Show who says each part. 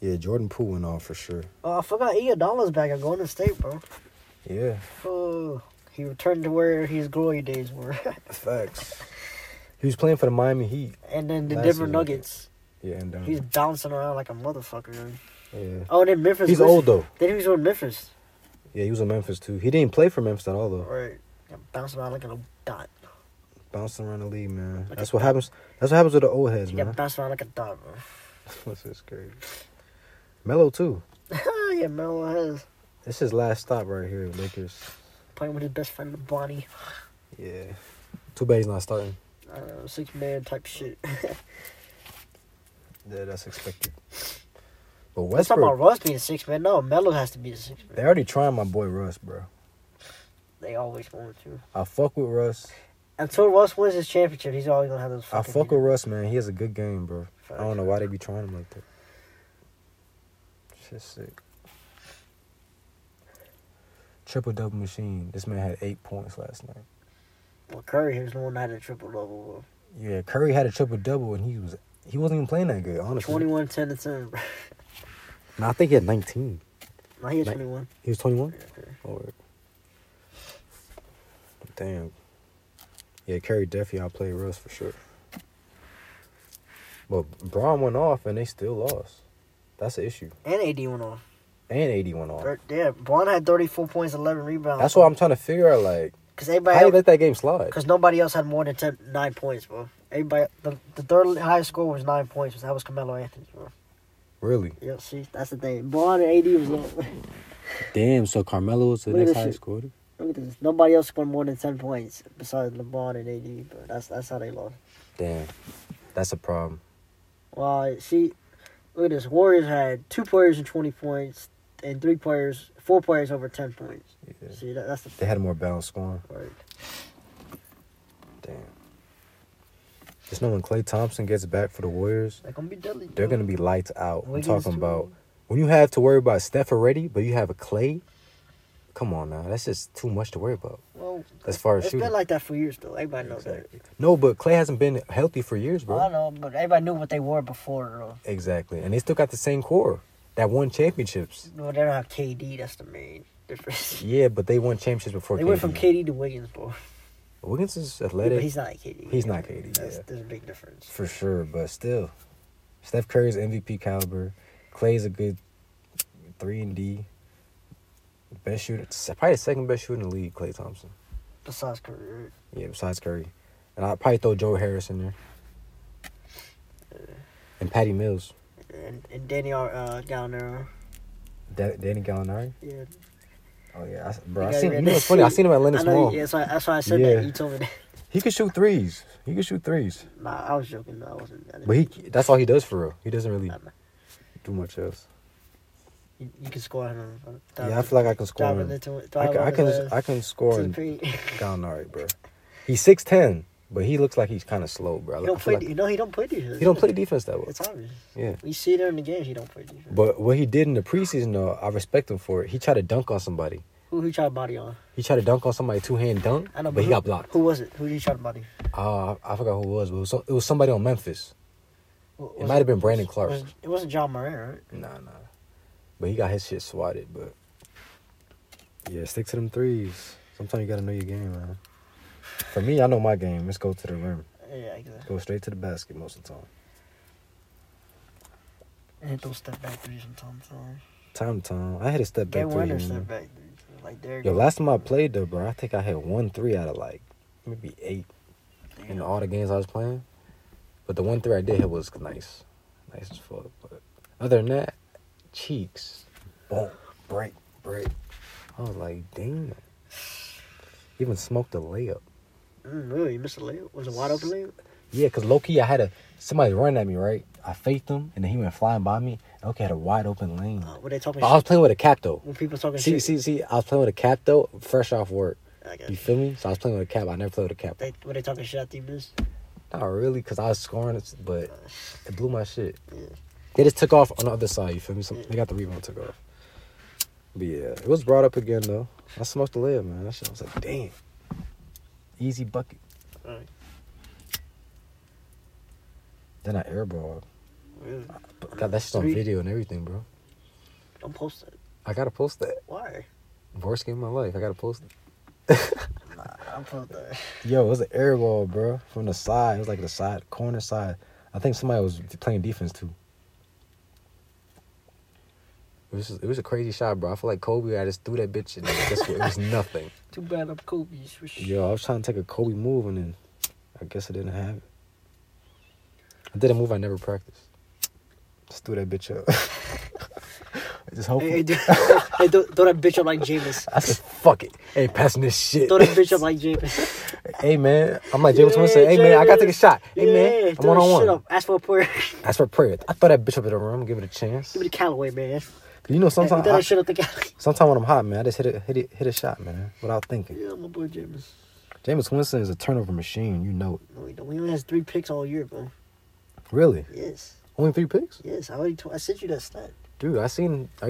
Speaker 1: Yeah, Jordan Poole went off for sure.
Speaker 2: Oh, I forgot Iguodala's back at Golden State, bro.
Speaker 1: Yeah,
Speaker 2: Oh, he returned to where his glory days were,
Speaker 1: facts. He was playing for the Miami Heat.
Speaker 2: and then the
Speaker 1: Last
Speaker 2: Denver
Speaker 1: year.
Speaker 2: Nuggets.
Speaker 1: Yeah, and um,
Speaker 2: He's bouncing around like a motherfucker.
Speaker 1: yeah.
Speaker 2: Oh, and then Memphis.
Speaker 1: He's
Speaker 2: was-
Speaker 1: old though.
Speaker 2: Then he was with Memphis.
Speaker 1: Yeah, he was in Memphis too. He didn't play for Memphis at all though.
Speaker 2: Right. Yeah, Bouncing around like a dot.
Speaker 1: Bouncing around the league, man.
Speaker 2: Like
Speaker 1: That's
Speaker 2: a-
Speaker 1: what happens. That's what happens with the old heads,
Speaker 2: He got
Speaker 1: man.
Speaker 2: bounced around like a dot, bro.
Speaker 1: This is crazy. Melo too.
Speaker 2: yeah, Melo has
Speaker 1: This is his last stop right here, with Lakers.
Speaker 2: playing with his best friend Bonnie.
Speaker 1: Yeah. Too bad he's not starting.
Speaker 2: I don't know, six man type shit.
Speaker 1: Yeah, that's expected. But
Speaker 2: Let's talk about
Speaker 1: Westbrook,
Speaker 2: Russ being six man. No, Melo has to be the six
Speaker 1: they
Speaker 2: man.
Speaker 1: already trying my boy Russ, bro.
Speaker 2: They always want to.
Speaker 1: I fuck with Russ.
Speaker 2: Until Russ wins his championship, he's always gonna have those.
Speaker 1: I
Speaker 2: Fucking
Speaker 1: fuck with Russ, man. He has a good game, bro. I don't know why they be trying him like that. Shit's sick. Triple double machine. This man had eight points last night.
Speaker 2: Well, Curry is the one that had a triple double.
Speaker 1: Mm-hmm. Yeah, Curry had a triple double and he was he wasn't even playing that good, honestly.
Speaker 2: 21, 10, and 10. bro.
Speaker 1: No, I think he had nineteen.
Speaker 2: no, he had
Speaker 1: Like-
Speaker 2: 21.
Speaker 1: He was twenty one?
Speaker 2: Yeah, Curry.
Speaker 1: Or Damn. Yeah, Curry definitely outplayed Russ for sure. But Braun went off and they still lost. That's the issue.
Speaker 2: And AD went off.
Speaker 1: And AD went off.
Speaker 2: Thir- Yeah, Braun had 34 points, 11 rebounds.
Speaker 1: That's what I'm trying to figure out. Like,
Speaker 2: Because
Speaker 1: how you
Speaker 2: everybody,
Speaker 1: let that game slide?
Speaker 2: because nobody else had more than 10, 9 points, bro. Everybody, the, the third highest score was 9 points. That was Carmelo Anthony, bro.
Speaker 1: Really?
Speaker 2: Yeah, see, that's the thing. Braun and AD was up.
Speaker 1: Damn. So Carmelo was the
Speaker 2: Look at
Speaker 1: next
Speaker 2: this
Speaker 1: highest
Speaker 2: shit.
Speaker 1: scorer.
Speaker 2: Look at this. Nobody else scored more than 10 points besides LeBron and AD, but that's, that's how they lost.
Speaker 1: Damn. That's a problem.
Speaker 2: Well, see, look at this. Warriors had two players and 20 points, and three players, four players over 10 points.
Speaker 1: Yeah.
Speaker 2: See, that, that's the
Speaker 1: They had a more balanced scoring.
Speaker 2: part.
Speaker 1: Damn. Just knowing Clay Thompson gets back for the Warriors,
Speaker 2: They're going to be deadly.
Speaker 1: they're
Speaker 2: bro.
Speaker 1: gonna be lights out. I'm
Speaker 2: Wiggins
Speaker 1: talking
Speaker 2: too.
Speaker 1: about when you have to worry about Steph already, but you have a Clay. Come on now, that's just too much to worry about.
Speaker 2: Well,
Speaker 1: As far as
Speaker 2: it's
Speaker 1: shooting.
Speaker 2: been like that for years, though. Everybody knows
Speaker 1: No, but Clay hasn't been healthy for years,
Speaker 2: that.
Speaker 1: bro.
Speaker 2: I know, but everybody knew what they were before,
Speaker 1: Exactly, and they still got the same core that won championships.
Speaker 2: though. Well, they don't have KD. That's the main difference.
Speaker 1: Yeah, but they won championships before.
Speaker 2: They went from
Speaker 1: KD.
Speaker 2: KD to Wiggins, bro.
Speaker 1: Wiggins is
Speaker 2: Yeah,
Speaker 1: athletic
Speaker 2: but he's not like KD.
Speaker 1: he's not KD,
Speaker 2: That's,
Speaker 1: yeah.
Speaker 2: There's a big difference.
Speaker 1: for sure, but still, Steph Curry's MVP caliber. Clay's a good three and D. Best shooter, probably the second best shooter in the league. Clay Thompson.
Speaker 2: Besides Curry, right?
Speaker 1: Yeah, besides Curry, and I'd probably throw Joe Harris in there, and Patty Mills,
Speaker 2: and and Danny Ar- uh, down there.
Speaker 1: da- Danny Gallinari.
Speaker 2: Yeah,
Speaker 1: Oh yeah, I s bro, I
Speaker 2: Yeah,
Speaker 1: seen.
Speaker 2: yeah,
Speaker 1: You know
Speaker 2: they-
Speaker 1: what's funny? I seen him at Lennox
Speaker 2: I know.
Speaker 1: Mall.
Speaker 2: yeah, that's why, that's why I said
Speaker 1: Yeah.
Speaker 2: that. You told me that.
Speaker 1: He could shoot threes. He could shoot threes,
Speaker 2: Nah, I was joking. No, I wasn't. I didn't-
Speaker 1: but he—that's all he does for real. He doesn't really
Speaker 2: I don't know.
Speaker 1: do much else.
Speaker 2: you, you can score him.
Speaker 1: Yeah, I feel like I can score.
Speaker 2: Diving
Speaker 1: him.
Speaker 2: into it.
Speaker 1: I can, I can, I can score.
Speaker 2: to the
Speaker 1: in-
Speaker 2: paint.
Speaker 1: Gallinari, bro. He's six ten, but he looks like he's kind of slow, bro.
Speaker 2: He
Speaker 1: I
Speaker 2: don't
Speaker 1: feel
Speaker 2: play.
Speaker 1: like-
Speaker 2: You know, he don't play defense.
Speaker 1: he don't play defense that well.
Speaker 2: It's obvious.
Speaker 1: Yeah,
Speaker 2: You see it in the games. He don't play defense.
Speaker 1: but what he did in the preseason, though, I respect him for it. He tried to dunk on somebody.
Speaker 2: Who he tried to body on?
Speaker 1: He tried to dunk on somebody two hand dunk,
Speaker 2: I know,
Speaker 1: but he
Speaker 2: who-
Speaker 1: got blocked.
Speaker 2: Who was it? Who did he try to body?
Speaker 1: Uh, I forgot who it was, but it was, so- it was somebody on Memphis.
Speaker 2: Who- was
Speaker 1: It might have been Brandon
Speaker 2: was-
Speaker 1: Clark.
Speaker 2: was- it wasn't John Moran, right?
Speaker 1: Nah, nah. But he got his shit swatted. But yeah, stick to them threes. Sometimes you gotta know your game, man. For me, I know my game. Let's go to the rim.
Speaker 2: Yeah, exactly.
Speaker 1: Go straight to the basket most of the time.
Speaker 2: And hit those step back threes sometimes. huh?
Speaker 1: Time to time, I had a step back
Speaker 2: Game
Speaker 1: three.
Speaker 2: winner
Speaker 1: you know.
Speaker 2: step back threes. Like there.
Speaker 1: Yo, last time I played though, bro, I think I had one three out of like maybe eight in all the games I was playing. But the one three I did hit was nice, nice as fuck. But other than that, cheeks, boom, break, break. I was like, damn. Even smoked a layup.
Speaker 2: Mm, really, you missed a layup. Was it wide open layup?
Speaker 1: Yeah, cause low key I had a somebody running at me, right? I faked him, and then he went flying by me. Low key had a wide open lane.
Speaker 2: Uh, were they talking?
Speaker 1: But I was
Speaker 2: shit?
Speaker 1: playing with a cap though.
Speaker 2: When people talking
Speaker 1: See,
Speaker 2: shit.
Speaker 1: see, see. I was playing with a cap though, fresh off work.
Speaker 2: I got
Speaker 1: You
Speaker 2: you.
Speaker 1: feel me? So I was playing with a cap. I never played with a cap.
Speaker 2: They were they talking shit after you missed?
Speaker 1: Not really, cause I was scoring, but it blew my shit.
Speaker 2: Yeah.
Speaker 1: They just took off on the other side. You feel me? So they got the rebound, took off. But yeah, it was brought up again though. I smoked the layup, man. That shit, I was like, damn, easy bucket.
Speaker 2: Alright.
Speaker 1: Then I airballed.
Speaker 2: Really?
Speaker 1: But God, that shit's on
Speaker 2: Three-
Speaker 1: video and everything, bro.
Speaker 2: Don't post it.
Speaker 1: I gotta post that.
Speaker 2: Why?
Speaker 1: Worst game of my life. I gotta post it.
Speaker 2: Nah, I'll post that.
Speaker 1: Yo, it was an air ball, bro. From the side. It was like the side, corner side. I think somebody was playing defense too. It was, it was a crazy shot, bro. I feel like Kobe, I just threw that bitch and guess what? It was nothing.
Speaker 2: Too bad I'm Kobe's. for sure.
Speaker 1: Yo, I was trying to take a Kobe move and then I guess I didn't have it. I did a move I never practiced. Just threw that bitch up. just
Speaker 2: Hey, hey,
Speaker 1: hoping.
Speaker 2: dude, hey, throw, throw that bitch up like Jameis.
Speaker 1: I said, fuck it. Ain't passing this shit.
Speaker 2: Throw that bitch up like Jameis.
Speaker 1: Hey man, I'm like James
Speaker 2: Yeah,
Speaker 1: Winston. said, Hey man, I gotta take a shot. Hey
Speaker 2: Yeah,
Speaker 1: man, I'm
Speaker 2: throw
Speaker 1: one
Speaker 2: that
Speaker 1: on
Speaker 2: shit
Speaker 1: one.
Speaker 2: up. Ask for a prayer.
Speaker 1: That's for prayer. I throw that bitch up in the room, give it a chance.
Speaker 2: Give me the Callaway, man.
Speaker 1: You know,
Speaker 2: Hey, throw
Speaker 1: sometimes
Speaker 2: that
Speaker 1: I,
Speaker 2: shit up the Callaway.
Speaker 1: sometimes when I'm hot, man, I just hit a hit a, hit a shot, man, without thinking.
Speaker 2: Yeah, my boy Jameis.
Speaker 1: James Winston is a turnover machine. You know it.
Speaker 2: No, he don't. He only has three picks all year, bro.
Speaker 1: Really?
Speaker 2: Yes,
Speaker 1: Only three picks,
Speaker 2: yes. I already told. I sent you that stat.
Speaker 1: dude. I seen. Are you